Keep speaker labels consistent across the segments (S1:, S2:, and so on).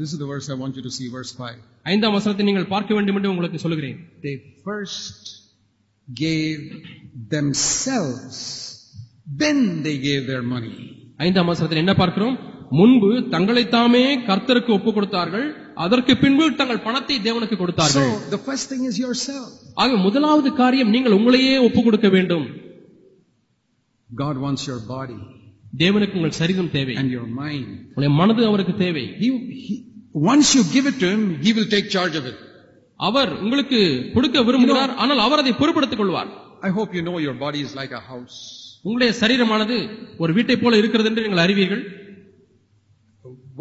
S1: This is the verse I want you to see, verse 5.
S2: ஐந்தாம் வசனத்தை நீங்கள் பார்க்க வேண்டும் என்று உங்களுக்கு சொல்கிறேன்
S1: They first gave themselves, then they gave their money.
S2: ஐந்தாம் வசனத்தில் என்ன பார்க்கிறோம் முன்பு தங்களைத்தாமே கர்த்தருக்கு ஒப்பு கொடுத்தார்கள் அதற்கு பின்பு தங்கள் பணத்தை தேவனுக்கு கொடுத்தார்கள்
S1: So the first thing is yourself.
S2: ஆக முதலாவது காரியம் நீங்கள் உங்களையே ஒப்பு கொடுக்க வேண்டும்
S1: God wants your body
S2: தேவனுக்கு உங்கள் சரீரம் தேவை
S1: and your mind.
S2: உங்களுடைய மனது அவருக்கு தேவை
S1: He, he, once you give it to Him, He will take charge of it.
S2: அவர் உங்களுக்கு கொடுக்க விரும்புகிறார் ஆனால் அவர் அதை பொறுப்படுத்திக் கொள்வார்
S1: I hope you know your body is like a house.
S2: உங்களுடைய சரீரமானது ஒரு வீட்டைப் போல இருக்கிறது என்று நீங்கள் அறிவீர்கள்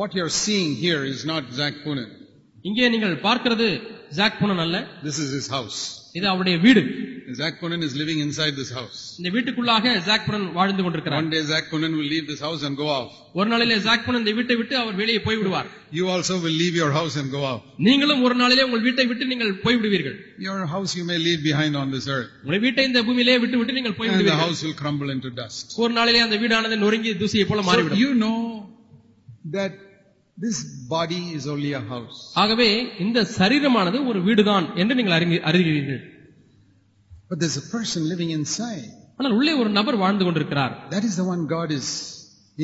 S1: What you're seeing here is not Zach Poonen.
S2: இங்கே நீங்கள் பார்க்கிறது ஜாக் புனன் அல்ல
S1: This is his house.
S2: இது அவருடைய வீடு
S1: Zach Poonen is living inside this house.
S2: இந்த வீட்டுக்குள்ளாக ஜாக் புனன் வாழ்ந்து கொண்டிருக்கிறார்
S1: One day Zach Poonen will leave this house and go off.
S2: ஒரு நாளிலே ஜாக் புனன் இந்த வீட்டை விட்டு அவர் வெளியே போய் விடுவார்
S1: You also will leave your house and go off.
S2: நீங்களும் ஒரு நாளிலே உங்கள் வீட்டை விட்டு நீங்கள் போய் விடுவீர்கள்
S1: Your house you may leave behind on this earth.
S2: உங்கள் வீட்டை இந்த பூமியிலே விட்டு விட்டு நீங்கள் போய்
S1: And the
S2: விடுவீர்கள்
S1: house will crumble into dust.
S2: ஒரு நாளிலே அந்த வீடானது நொறுங்கி தூசியை போல
S1: So
S2: மாறிவிடும்
S1: you know that this body is only a house.
S2: ஆகவே இந்த சரீரமானது ஒரு வீடுதான் என்று நீங்கள் அறிஞ- அறிகிறீர்கள்
S1: But there's a person living inside.
S2: ஆனால் உள்ளே ஒரு நபர் வாழ்ந்து கொண்டிருக்கிறார்
S1: That is the one God is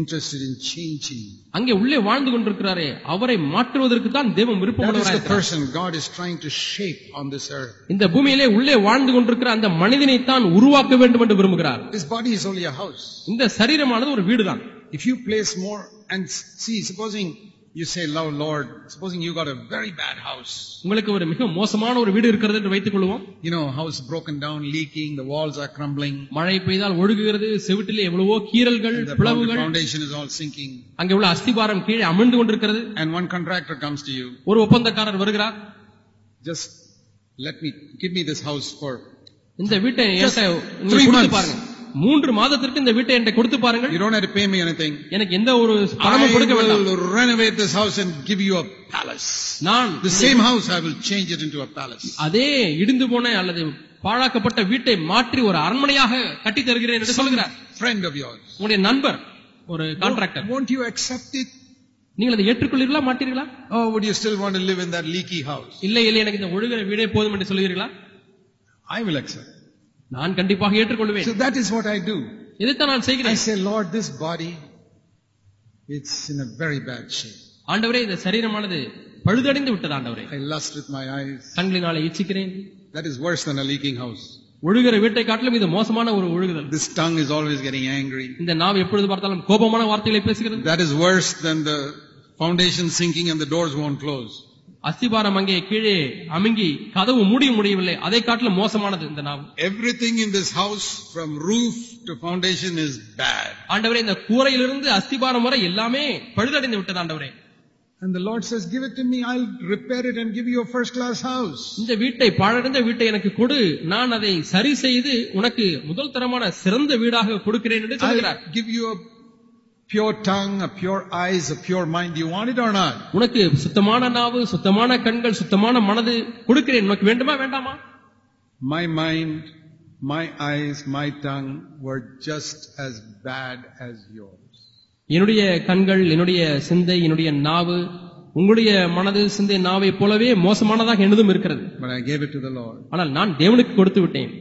S1: interested in changing.
S2: அங்கே உள்ளே வாழ்ந்து கொண்டிருக்கிறாரே அவரை மாற்றுவதற்கு தான் தெய்வம்
S1: That is
S2: விருப்பம்
S1: the person God is trying to shape on this earth.
S2: இந்த பூமியிலே உள்ளே வாழ்ந்து கொண்டிருக்கிற அந்த மனிதனை தான் உருவாக்க வேண்டும் என்று விரும்புகிறார்
S1: This body is only a house.
S2: இந்த சரீரமானது ஒரு வீடுதான்
S1: If you place more and see, supposing you say, Love Lord, supposing you got a very bad house.
S2: உங்களுக்கு ஒரு மிக மோசமான ஒரு வீடு இருக்கிறது என்று வைத்துக் கொள்வோம்
S1: You know, house broken down, leaking, the walls are crumbling,
S2: மழை பெய்தால் ஒழுகுகிறது செவிட்டிலே எவ்வளவோ கீறல்கள்
S1: and the found-
S2: பிளவுகள்
S1: foundation is all sinking.
S2: அங்கே உள்ள அஸ்திபாரம் கீழே அமிழ்ந்து கொண்டிருக்கிறது
S1: And one contractor comes to you,
S2: ஒரு ஒப்பந்தக்காரர் வருகிறார்
S1: just let me, give me this house for,
S2: இந்த வீட்டை
S1: Just
S2: என்கிட்ட நீங்க
S1: three
S2: கொடுத்து
S1: months.
S2: பாருங்க மூன்று மாதத்திற்கு இந்த வீட்டை என்கிட்ட கொடுத்து பாருங்கள்
S1: you don't have to pay me anything.
S2: எனக்கு எந்த ஒரு
S1: I
S2: பணமும் கொடுக்க வேண்டாம்
S1: will renovate this house and give you a palace.
S2: நான்
S1: The same house, I will change it into a palace.
S2: அதே இடிந்து போன அல்லது பாழாக்கப்பட்ட வீட்டை மாற்றி ஒரு அரண்மனையாக கட்டி தருகிறேன் என்று சொல்கிறார்
S1: Friend of yours.
S2: உங்களுடைய நண்பர் ஒரு contractor
S1: Won't you accept it?
S2: நீங்கள் அதை ஏற்றுக்கொள்வீர்களா மாட்டீர்களா
S1: Or would you still want to live in that leaky house?
S2: இல்லை இல்லை எனக்கு இந்த ஒழுகிற வீடே போதும் என்று சொல்கிறீர்களா
S1: I will accept.
S2: நான் கண்டிப்பாக ஏற்றுக்கொள்வேன்
S1: So that is what I do.
S2: இதைத்தான் நான்
S1: I
S2: செய்கிறேன்
S1: say, Lord, this body, it's in a very bad shape.
S2: ஆண்டவரே இந்த சரீரமானது பழுதடைந்து விட்டது ஆண்டவரே
S1: I lust with my eyes.
S2: கண்களினாலே இச்சிக்கிறேன்
S1: That is worse than a leaking house.
S2: ஒழுகிற வீட்டை காட்டிலும் இது மோசமான ஒரு ஒழுகுதல்
S1: This tongue is always getting angry.
S2: இந்த நாம் எப்பொழுது பார்த்தாலும் கோபமான வார்த்தைகளை பேசுகிறது
S1: That is worse than the foundation sinking and the doors won't close.
S2: அஸ்திபாரம் அங்கே கீழே அமுங்கி கதவு மூடிய முடியவில்லை அதை காட்டிலும் மோசமானது இந்த நாம்
S1: Everything in this house, from roof to foundation, is bad.
S2: ஆண்டவரே இந்த கூரையிலிருந்து அஸ்திபாரம் வரை எல்லாமே பழுதடைந்து விட்டது ஆண்டவரே
S1: And the Lord says, Give it to me, I'll repair it and give you a first class house.
S2: இந்த வீட்டை பாழடைந்த வீட்டை எனக்கு கொடு நான் அதை சரி செய்து உனக்கு முதல் தரமான சிறந்த வீடாக கொடுக்கிறேன் என்று
S1: I'll
S2: சொல்கிறார்
S1: give you a pure tongue, a pure eyes, a pure mind. Do you want it or not?
S2: உனக்கு சுத்தமான நாவு சுத்தமான கண்கள் சுத்தமான மனது கொடுக்கிறேன் உனக்கு வேண்டுமா வேண்டாமா
S1: My mind, my eyes, my tongue were just as bad as yours.
S2: என்னுடைய கண்கள் என்னுடைய சிந்தை என்னுடைய நாவு உங்களுடைய மனது சிந்தை நாவை போலவே மோசமானதாக எனதும் இருக்கிறது
S1: But I gave it to the Lord.
S2: ஆனால் நான் தேவனுக்கு கொடுத்து விட்டேன்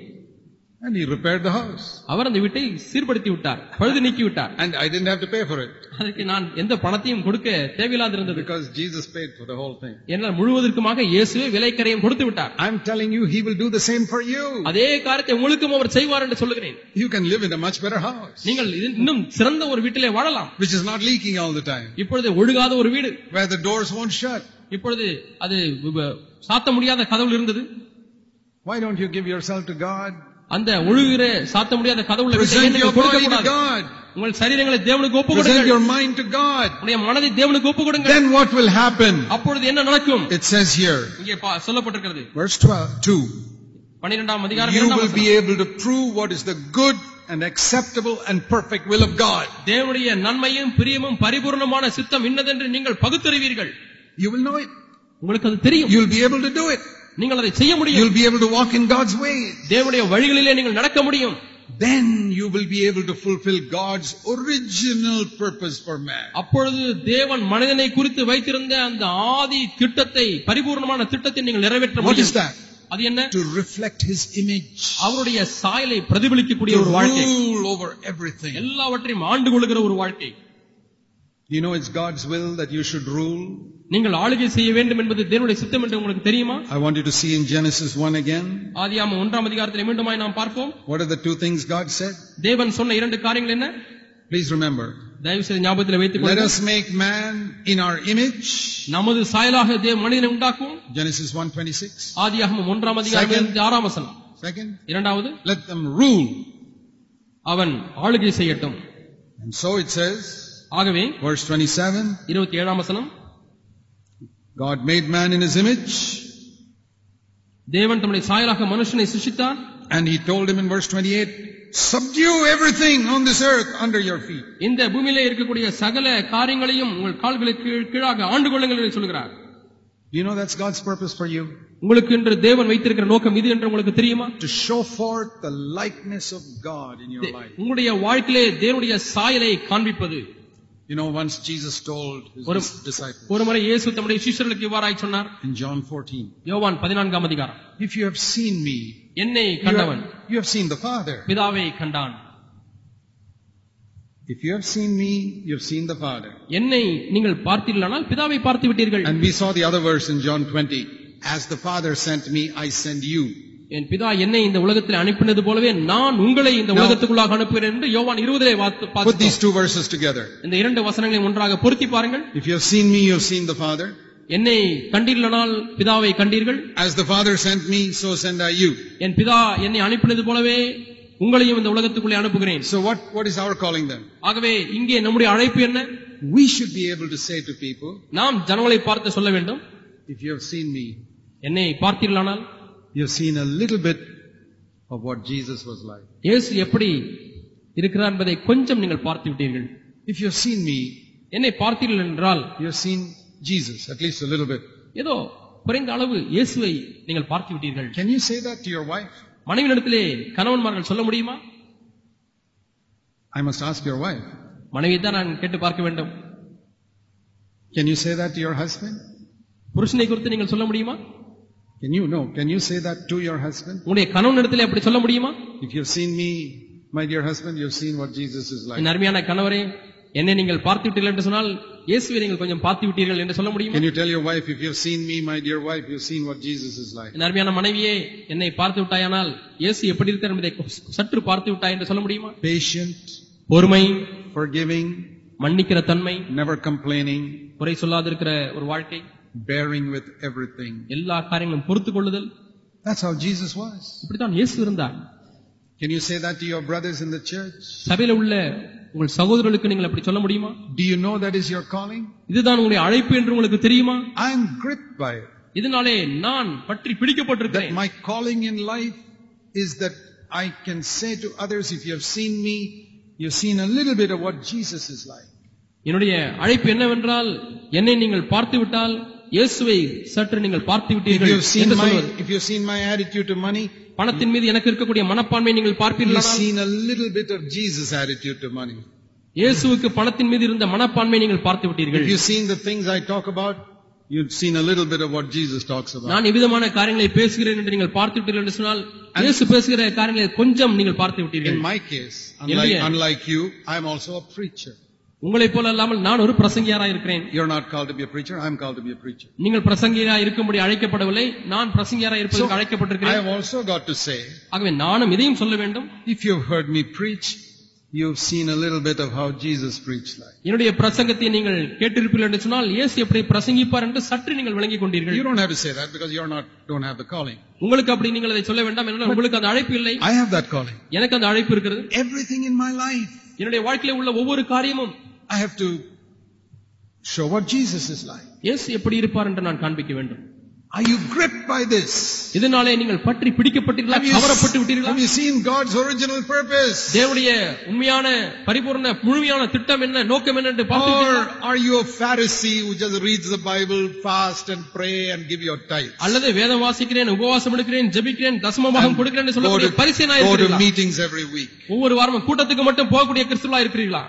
S1: And He repaired the house.
S2: அவர் அந்த வீட்டை சீர்படுத்தி விட்டார் பழுது நீக்கி விட்டார்
S1: And I didn't have to pay for it.
S2: அதற்கு நான் எந்த பணத்தையும் கொடுக்க தேவையில்லாது இருந்தது
S1: Because Jesus paid for the whole thing.
S2: என்னால் முழுவதற்குமாக இயேசுவே விலைக்கரையும் கொடுத்து விட்டார்
S1: I'm telling you, He will do the same for you.
S2: அதே காரியத்தை உங்களுக்கும் அவர் செய்வார் என்று சொல்லுகிறேன்
S1: You can live in a much better house,
S2: நீங்கள் இது- இன்னும் சிறந்த ஒரு வீட்டிலே வாழலாம்
S1: which is not leaking all the time,
S2: இப்பொழுது ஒழுகாத ஒரு வீடு
S1: where the doors won't shut.
S2: இப்பொழுது அது வ- சாத்த முடியாத கதவுல இருந்தது
S1: Why don't you give yourself to God?
S2: அந்த ஒழுகிற சாத்த முடியாத கதவுல வீட்டை
S1: Present
S2: ஏன்
S1: your
S2: நீங்கள் கொடுக்க
S1: body to
S2: கூடாது?
S1: God.
S2: உங்கள் சரீரங்களை தேவனுக்கு ஒப்பு
S1: Present
S2: கொடுங்கள்
S1: your mind to God.
S2: உங்களுடைய மனதை தேவனுக்கு ஒப்பு கொடுங்கள்
S1: Then what will happen?
S2: அப்பொழுது என்ன நடக்கும்
S1: It says here,
S2: இங்கே பா- சொல்லப்பட்டிருக்கிறது
S1: verse 12, 2.
S2: பன்னிரெண்டாம் அதிகாரம்
S1: You
S2: இரண்டாம்
S1: will
S2: வசனம்.
S1: be able to prove what is the good and acceptable and perfect will of God.
S2: தேவனுடைய நன்மையும் பிரியமும் பரிபூர்ணமான சித்தம் இன்னதென்று நீங்கள் பகுத்தறிவீர்கள்
S1: You will know it.
S2: உங்களுக்கு அது தெரியும்
S1: You'll be able to do it.
S2: நீங்கள் அதை செய்ய முடியும்
S1: You'll be able to walk in God's ways.
S2: தேவனுடைய வழிகளிலே நீங்கள் நடக்க முடியும்
S1: then you will be able to fulfill God's original purpose for man.
S2: அப்பொழுது தேவன் மனிதனை குறித்து வைத்திருந்த அந்த ஆதி திட்டத்தை பரிபூர்ணமான திட்டத்தை நீங்கள் நிறைவேற்ற
S1: What is
S2: முடியும்
S1: that?
S2: அது என்ன
S1: To reflect His image.
S2: அவருடைய சாயலை பிரதிபலிக்கக்கூடிய
S1: To
S2: ஒரு வாழ்க்கை
S1: rule over everything.
S2: எல்லாவற்றையும் ஆண்டு கொள்ளுகிற ஒரு வாழ்க்கை
S1: You know it's God's will that you should rule.
S2: நீங்கள் ஆளுகை செய்ய வேண்டும் என்பது தேவனுடைய சித்தம் என்று உங்களுக்கு தெரியுமா
S1: I want you to see in Genesis 1 again.
S2: ஆதியாம ஒன்றாம் அதிகாரத்தில் மீண்டுமாய் நாம் பார்ப்போம்
S1: What are the two things God said?
S2: தேவன் சொன்ன இரண்டு காரியங்கள் என்ன
S1: Please remember.
S2: தயவு செய்து ஞாபகத்தில் வைத்துக்
S1: Let
S2: கொள்ளுங்கள்.
S1: us make man in our image.
S2: நமது சாயலாக தேவ மனிதனை உண்டாக்கும்
S1: Genesis 1:26.
S2: ஆதியாகமம் ஒன்றாம் அதிகாரம்
S1: Second.
S2: இருபத்தி ஆறாம் வசனம்
S1: Second,
S2: இரண்டாவது
S1: let them rule.
S2: அவன் ஆளுகை செய்யட்டும்
S1: And so it says,
S2: ஆகவே
S1: verse 27,
S2: இருபத்தி ஏழாம் வசனம்
S1: God made man in his image.
S2: தேவன் தம்முடைய சாயலாக மனுஷனை சிருஷ்டித்தார்
S1: And he told him in verse 28, subdue everything on this earth under your feet.
S2: இந்த பூமியிலே இருக்கக்கூடிய சகல காரியங்களையும் உங்கள் கால்களுக்கு கீழ்- கீழாக ஆண்டு கொள்ளுங்கள் என்று சொல்கிறார்
S1: You know that's God's purpose for you.
S2: உங்களுக்கு என்று தேவன் வைத்திருக்கிற நோக்கம் இது என்று உங்களுக்கு தெரியுமா
S1: To show forth the likeness of God in your
S2: they-
S1: life.
S2: உங்களுடைய வாழ்க்கையிலே தேவனுடைய சாயலை காண்பிப்பது
S1: You know, once Jesus told his
S2: ஒரு-
S1: dis- disciples
S2: ஒருமுறை இயேசு தம்முடைய சிஷ்யர்களுக்கு இவ்வாறாய் சொன்னார்
S1: in John 14,
S2: யோவான் பதினான்காம் அதிகாரம்
S1: if you have seen me,
S2: என்னை
S1: you
S2: கண்டவன்
S1: have, you have seen the Father.
S2: பிதாவை கண்டான்
S1: If you have seen me, you have seen the Father.
S2: என்னை நீங்கள் பார்த்தீர்களானால் பிதாவை பார்த்து விட்டீர்கள்
S1: And we saw the other verse in John 20. As the Father sent me, I send you.
S2: என் பிதா என்னை இந்த உலகத்தில் அனுப்பினது போலவே நான் உங்களை இந்த
S1: Now-
S2: உலகத்துக்குள்ளாக அனுப்புகிறேன் என்று யோவான் இருபதிலே
S1: Put these
S2: பார்த்து
S1: two verses together.
S2: இந்த இரண்டு வசனங்களை ஒன்றாக பொருத்தி பாருங்கள்
S1: If you have seen me, you have seen the Father.
S2: என்னை கண்டீர்களானால் பிதாவை கண்டீர்கள்
S1: As the Father sent me, so send I you.
S2: என் பிதா என்னை அனுப்பினது போலவே உங்களையும் இந்த உலகத்துக்குள்ளே அனுப்புகிறேன்
S1: So what, what is our calling then?
S2: ஆகவே இங்கே நம்முடைய அழைப்பு என்ன
S1: We should be able to say to people,
S2: நாம் ஜனங்களை பார்த்து சொல்ல வேண்டும்
S1: if you have seen me,
S2: என்னை பார்த்தீர்களானால்
S1: you have seen a little bit of what Jesus was like.
S2: இயேசு எப்படி இருக்கிறார் என்பதை கொஞ்சம் நீங்கள் பார்த்து விட்டீர்கள்
S1: If you have seen me,
S2: என்னை பார்த்தீர்கள் என்றால்
S1: you have seen Jesus, at least a little bit.
S2: ஏதோ குறைந்த அளவு இயேசுவை நீங்கள் பார்த்து விட்டீர்கள்
S1: Can you say that to your wife?
S2: மனைவியிடத்திலே கணவன்மார்கள் சொல்ல முடியுமா
S1: I must ask your wife.
S2: மனைவியை தான் நான் கேட்டு பார்க்க வேண்டும்
S1: Can you say that to your husband?
S2: புருஷனை குறித்து நீங்கள் சொல்ல முடியுமா
S1: Can you? No. Can you say that to your husband?
S2: உங்களுடைய கணவனிடத்திலே அப்படி சொல்ல முடியுமா
S1: If you have seen me, my dear husband, you have seen what Jesus is like.
S2: என் அருமையான கணவரே என்னை நீங்கள் பார்த்து விட்டீர்கள் என்று சொன்னால் இயேசுவை நீங்கள் கொஞ்சம் பார்த்து விட்டீர்கள் என்று சொல்ல முடியுமா
S1: Can you tell your wife, if you have seen me, my dear wife, you have seen what Jesus is like?
S2: என் அருமையான மனைவியே என்னை பார்த்து விட்டாயானால் இயேசு எப்படி இருக்கிறார் என்பதை சற்று பார்த்து விட்டாய் என்று சொல்ல முடியுமா
S1: Patient,
S2: பொறுமை
S1: forgiving,
S2: மன்னிக்கிற தன்மை
S1: never complaining,
S2: குறை சொல்லாதிருக்கிற ஒரு வாழ்க்கை
S1: bearing with everything.
S2: எல்லா காரியங்களும் பொறுத்துக் கொள்ளுதல்
S1: That's how Jesus was.
S2: இப்படித்தான் இயேசு இருந்தார்
S1: Can you say that to your brothers in the church?
S2: சபையில உள்ள உங்கள் சகோதரர்களுக்கு நீங்கள் அப்படி சொல்ல முடியுமா
S1: Do you know that is your calling?
S2: இதுதான் உங்களுடைய அழைப்பு என்று உங்களுக்கு தெரியுமா
S1: I'm gripped by it.
S2: இதனாலே நான் பற்றி
S1: That
S2: பிடிக்கப்பட்டிருக்கிறேன்
S1: my calling in life is that I can say to others, if you have seen me, you've seen a little bit of what Jesus is like.
S2: என்னுடைய அழைப்பு என்னவென்றால் என்னை நீங்கள் பார்த்து விட்டால் இயேசுவை சற்று நீங்கள் பார்த்து
S1: If
S2: விட்டீர்கள்
S1: you've seen
S2: என்று
S1: my,
S2: சொல்வது.
S1: if you've seen my attitude to money,
S2: பணத்தின் மீது எனக்கு இருக்கக்கூடிய மனப்பான்மை நீங்கள்
S1: you've
S2: பார்ப்பீர்களானால்
S1: seen a little bit of Jesus' attitude to money.
S2: இயேசுவுக்கு பணத்தின் மீது இருந்த மனப்பான்மை நீங்கள் பார்த்து விட்டீர்கள்
S1: If you've seen the things I talk about, you've seen a little bit of what Jesus talks about.
S2: நான் இவ்விதமான காரியங்களை பேசுகிறேன் என்று நீங்கள் பார்த்து விட்டீர்கள் என்று சொன்னால் இயேசு பேசுகிற காரியங்களை கொஞ்சம் நீங்கள் பார்த்து விட்டீர்கள்
S1: In my case, unlike,
S2: Yeah.
S1: unlike you, I'm also a preacher.
S2: உங்களைப் போல அல்லாமல் நான் ஒரு பிரசங்கியாரா இருக்கிறேன்
S1: You're not called to be a preacher, I'm called to be a preacher.
S2: நீங்கள் பிரசங்கியரா இருக்கும்படி அழைக்கப்படவில்லை நான் பிரசங்கியரா
S1: So,
S2: இருப்பதற்கு
S1: I
S2: அழைக்கப்பட்டிருக்கிறேன்
S1: have also got to say,
S2: ஆகவே நானும் இதையும் சொல்ல வேண்டும்
S1: if you've heard me preach, you've seen a little bit of how Jesus preached like.
S2: என்னுடைய பிரசங்கத்தை நீங்கள் கேட்டிருப்பீர்கள் என்று சொன்னால் இயேசு எப்படி பிரசங்கிப்பார் என்று சற்று நீங்கள் விளங்கிக் கொண்டீர்கள்
S1: You don't have to say that because you're not, don't have the calling.
S2: உங்களுக்கு அப்படி நீங்கள் அதை சொல்ல வேண்டாம் என்றால் உங்களுக்கு அந்த அழைப்பு இல்லை
S1: I have that calling.
S2: எனக்கு அந்த அழைப்பு இருக்கிறது
S1: Everything in my life,
S2: என்னுடைய வாழ்க்கையில உள்ள ஒவ்வொரு காரியமும்
S1: I have to show what Jesus is like.
S2: இயேசு எப்படி இருப்பார் என்று நான் காண்பிக்க வேண்டும்
S1: Are you gripped by this?
S2: இதனாலே நீங்கள் பற்றி பிடிக்கப்பட்டீர்களா
S1: Have you,
S2: கவரப்பட்டு விட்டீர்களா
S1: have you seen God's original purpose?
S2: தேவனுடைய உண்மையான பரிபூர்ண முழுமையான திட்டம் என்ன நோக்கம் என்ன என்று
S1: Or
S2: பார்த்து
S1: are you a Pharisee who just reads the Bible, fast and pray and give your tithes?
S2: அல்லது வேதம் வாசிக்கிறேன் உபவாசம் எடுக்கிறேன் ஜெபிக்கிறேன் தசமமாக
S1: And
S2: கொடுக்கிறேன் என்று
S1: go
S2: சொல்லக்கூடிய
S1: to-
S2: பரிசேனா
S1: go to
S2: இருக்கிறீர்களா
S1: meetings every week.
S2: ஒவ்வொரு வாரமும் கூட்டத்துக்கு மட்டும் போகக்கூடிய கிறிஸ்துவா இருக்கிறீர்களா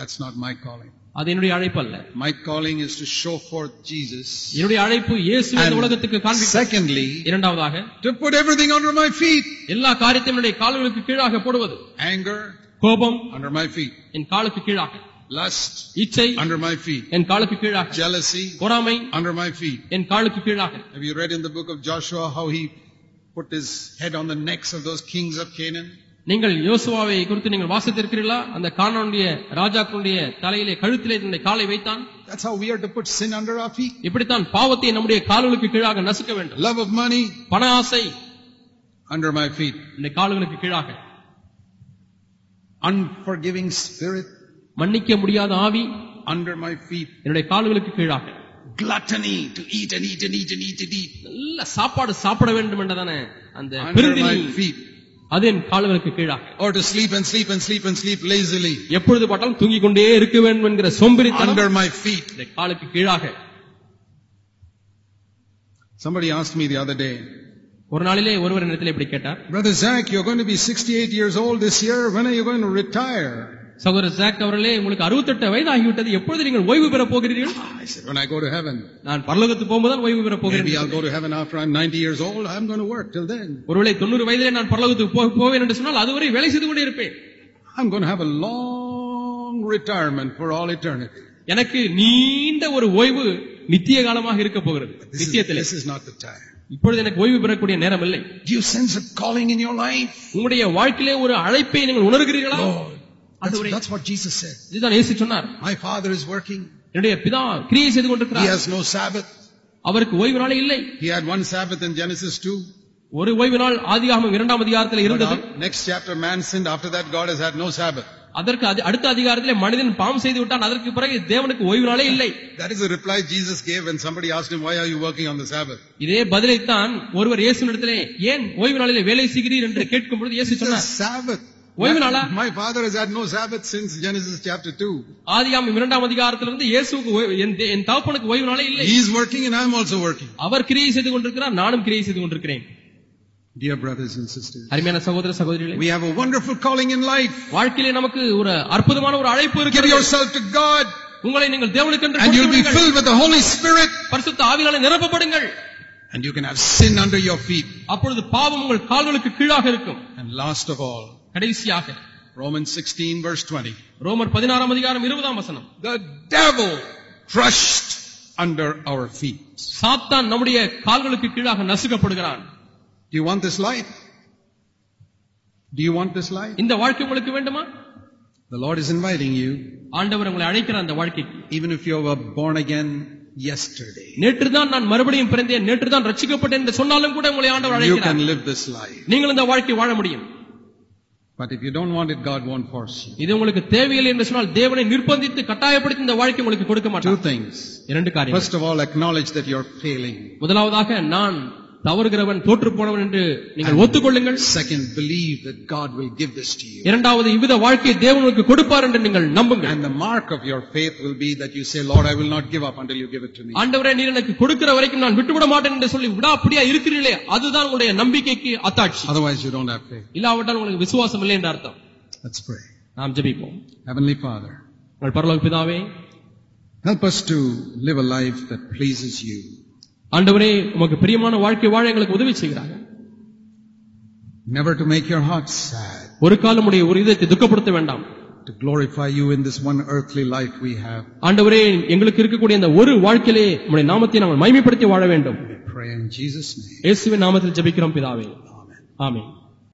S1: That's not my calling.
S2: அது என்னுடைய அழைப்பு அல்ல
S1: My calling is to show forth Jesus.
S2: என்னுடைய அழைப்பு இயேசு இந்த உலகத்துக்கு
S1: And
S2: காண்பிக்க
S1: secondly,
S2: இரண்டாவதாக
S1: to put everything under my feet.
S2: எல்லா காரியத்தையும் என்னுடைய கால்களுக்கு கீழாக போடுவது
S1: Anger
S2: கோபம்
S1: under my feet.
S2: என் காலுக்கு கீழாக
S1: Lust
S2: இச்சை
S1: under my feet.
S2: என் காலுக்கு கீழாக
S1: Jealousy
S2: பொறாமை
S1: under my feet.
S2: என் காலுக்கு கீழாக
S1: Have you read in the book of Joshua how he put his head on the necks of those kings of Canaan?
S2: நீங்கள் யோசுவாவை குறித்து நீங்கள் வாசித்திருக்கிறீர்களா அந்த கானானுடைய ராஜாக்களுடைய தலையிலே கழுத்திலே தன்னுடைய காலை வைத்தான்
S1: That's how we are to put sin under our feet.
S2: இப்படித்தான் பாவத்தை நம்முடைய கால்களுக்கு கீழாக நசுக்க வேண்டும்
S1: Love of money
S2: பண ஆசை
S1: under my feet.
S2: இந்த கால்களுக்கு கீழாக
S1: Unforgiving spirit
S2: மன்னிக்க முடியாத ஆவி
S1: under my feet.
S2: என்னுடைய கால்களுக்கு கீழாக
S1: Gluttony to eat and eat and eat and eat and eat
S2: நல்ல சாப்பாடு சாப்பிட வேண்டும் என்றதானே அந்த
S1: under my
S2: பெருந்தினி
S1: feet.
S2: அது என் கால்களுக்கு கீழாக
S1: Or to sleep and sleep and sleep and sleep lazily
S2: எப்பொழுது பார்த்தாலும் தூங்கிக் கொண்டே இருக்க வேண்டும் என்கிற சோம்பேறித்தனம்
S1: under my feet.
S2: இந்த காலுக்கு கீழாக
S1: Somebody asked me the other day,
S2: ஒரு நாளிலே ஒருவர் இடத்துல இப்படி கேட்டார்
S1: Brother Zach, you're going to be 68 years old this year. When are you going to retire?
S2: சகோதரர் ஜாக் அவர்களே உங்களுக்கு அறுபத்தெட்டு வயது ஆகிவிட்டது எப்பொழுது நீங்கள் ஓய்வு பெற போகிறீர்கள்
S1: I said, when I go to heaven.
S2: நான் பரலோகத்து போகும்போது ஓய்வு பெற
S1: Maybe
S2: போகிறேன்
S1: I'll go to heaven after I'm 90 years old. I'm going to work till then.
S2: ஒருவேளை தொண்ணூறு வயதிலே நான் பரலோகத்துக்கு போக- போவேன் என்று சொன்னால் அதுவரை வேலை செய்து கொண்டே இருப்பேன்
S1: I'm going to have a long retirement for all eternity.
S2: எனக்கு நீண்ட ஒரு ஓய்வு நித்திய காலமாக இருக்க போகிறது
S1: This is,
S2: நித்தியத்திலே
S1: this is not the time.
S2: இப்பொழுது எனக்கு ஓய்வு பெறக்கூடிய நேரம் இல்லை
S1: Do you sense a calling in your life?
S2: உங்களுடைய வாழ்க்கையிலே ஒரு அழைப்பை நீங்கள் உணர்கிறீர்களா
S1: Lord. That's,
S2: ஆண்டவரே.
S1: that's what Jesus said.
S2: இதுதான் இயேசு சொன்னார்
S1: My father is working.
S2: என்னுடைய பிதா கிரியை செய்து
S1: He
S2: கொண்டிருக்கிறார்
S1: has no Sabbath.
S2: அவருக்கு ஓய்வு நாளே இல்லை
S1: He had one Sabbath in Genesis 2.
S2: ஒரு ஓய்வு நாள் ஆதியாகமம் இரண்டாம் அதிகாரத்தில்
S1: But
S2: இருந்தது
S1: now, next chapter, man sinned. After that, God has had no Sabbath.
S2: அதற்கு அதி- அடுத்த அதிகாரத்திலே மனிதன் பாவம் செய்து விட்டான் அதற்கு பிறகு தேவனுக்கு ஓய்வு நாளே இல்லை
S1: That is the reply Jesus gave when somebody asked him, why are you working on the Sabbath?
S2: இதே பதிலைத்தான் ஒருவர் இயேசுனிடத்திலே ஏன் ஓய்வு நாளிலே வேலை செய்கிறீர் என்று கேட்கும் பொழுது இயேசு
S1: The
S2: சொன்னார்
S1: Sabbath.
S2: ஓய்வு நாளா?
S1: My father has had no Sabbath since Genesis chapter 2.
S2: ஆதியாகமம் இரண்டாம் அதிகாரத்திலிருந்து இயேசுக்கு ஓய்வு- என் தே- என் தகப்பனுக்கு ஓய்வு நாளே இல்லை
S1: He is working and I'm also working.
S2: அவர் கிரியை செய்து கொண்டிருக்கிறார் நானும் கிரியை செய்து கொண்டிருக்கிறேன்
S1: Dear brothers and sisters,
S2: அருமையான சகோதர சகோதரிகளே
S1: we have a wonderful calling in life.
S2: வாழ்க்கையிலே நமக்கு ஒரு அற்புதமான ஒரு அழைப்பு
S1: Give
S2: இருக்கிறது
S1: yourself to God
S2: உங்களை நீங்கள் தேவனுக்கு என்று
S1: and you'll be
S2: கொடுத்து விடுங்கள்.
S1: filled with the Holy Spirit
S2: பரிசுத்த ஆவினாலே நிரப்பப்படுங்கள்
S1: and you can have sin under your feet.
S2: அப்பொழுது பாவம் உங்கள் கால்களுக்கு கீழாக இருக்கும்
S1: And last of all,
S2: கடைசியாக
S1: Romans 16 verse 20.
S2: ரோமர் பதினாறாம் அதிகாரம் இருபதாம் வசனம்
S1: The devil crushed under our feet.
S2: சாத்தான் நம்முடைய கால்களுக்கு கீழாக நசுக்கப்படுகிறான்
S1: Do you want this life? Do you want this life?
S2: இந்த வாழ்க்கை உங்களுக்கு வேண்டுமா
S1: The Lord is inviting you,
S2: ஆண்டவர் உங்களை அழைக்கிறார் அந்த வாழ்க்கைக்கு
S1: even if you were born again yesterday.
S2: நேற்று தான் நான் மறுபடியும் பிறந்தேன் நேற்று தான் ரட்சிக்கப்பட்டேன் என்று சொன்னாலும் கூட உங்களை ஆண்டவர்
S1: You can
S2: அழைக்கிறார்
S1: live this life.
S2: நீங்கள் இந்த வாழ்க்கை வாழ முடியும்
S1: But if you don't want it, God won't force you.
S2: இது உங்களுக்கு தேவையில்லை என்று சொன்னால் தேவனை நிர்பந்தித்து கட்டாயப்படுத்தி இந்த வாழ்க்கை உங்களுக்கு கொடுக்க
S1: Two
S2: மாட்டார்
S1: things.
S2: இரண்டு காரியம்
S1: First of all, acknowledge that you're failing.
S2: முதலாவதாக நான் தவறுகிறவன் தோற்று போனவன் என்று நீங்கள் ஒத்துக்கொள்ளுங்கள்
S1: Second, believe that God will give this to you.
S2: இரண்டாவது இவ்வித வாழ்க்கையை தேவனுக்கு கொடுப்பார் என்று நீங்கள் நம்புங்கள்
S1: And the mark of your faith will be that you say, Lord, I will not give up until you give it to me.
S2: ஆண்டவரே நீர் எனக்கு கொடுக்கிற வரைக்கும் நான் விட்டுவிட மாட்டேன் என்று சொல்லி விடாப்படியா இருக்கிறீர்களே அதுதான் உங்களுடைய நம்பிக்கைக்கு அத்தாட்சி
S1: Otherwise, you don't have faith.
S2: இல்லாவிட்டால் உங்களுக்கு விசுவாசம் இல்லை என்ற அர்த்தம்
S1: Let's pray.
S2: நாம் ஜெபிப்போம்
S1: Heavenly Father,
S2: உங்கள் பரலோக பிதாவே
S1: help us to live a life that pleases you.
S2: ஆண்டவரே உமக்கு பிரியமான வாழ்க்கை வாழ எங்களுக்கு உதவி செய்கிறாங்க
S1: Never to make your heart sad.
S2: ஒரு காலம் உடைய ஒரு இதயத்தை துக்கப்படுத்த வேண்டாம்
S1: To glorify you in this one earthly life we have.
S2: ஆண்டவரே எங்களுக்கு இருக்கக்கூடிய இந்த ஒரு வாழ்க்கையிலே உங்களுடைய நாமத்தை நாங்கள் மகிமைப்படுத்தி வாழ வேண்டும்
S1: We pray in Jesus' name.
S2: இயேசுவின் நாமத்தில் ஜெபிக்கிறோம் பிதாவே
S1: Amen.
S2: ஆமென்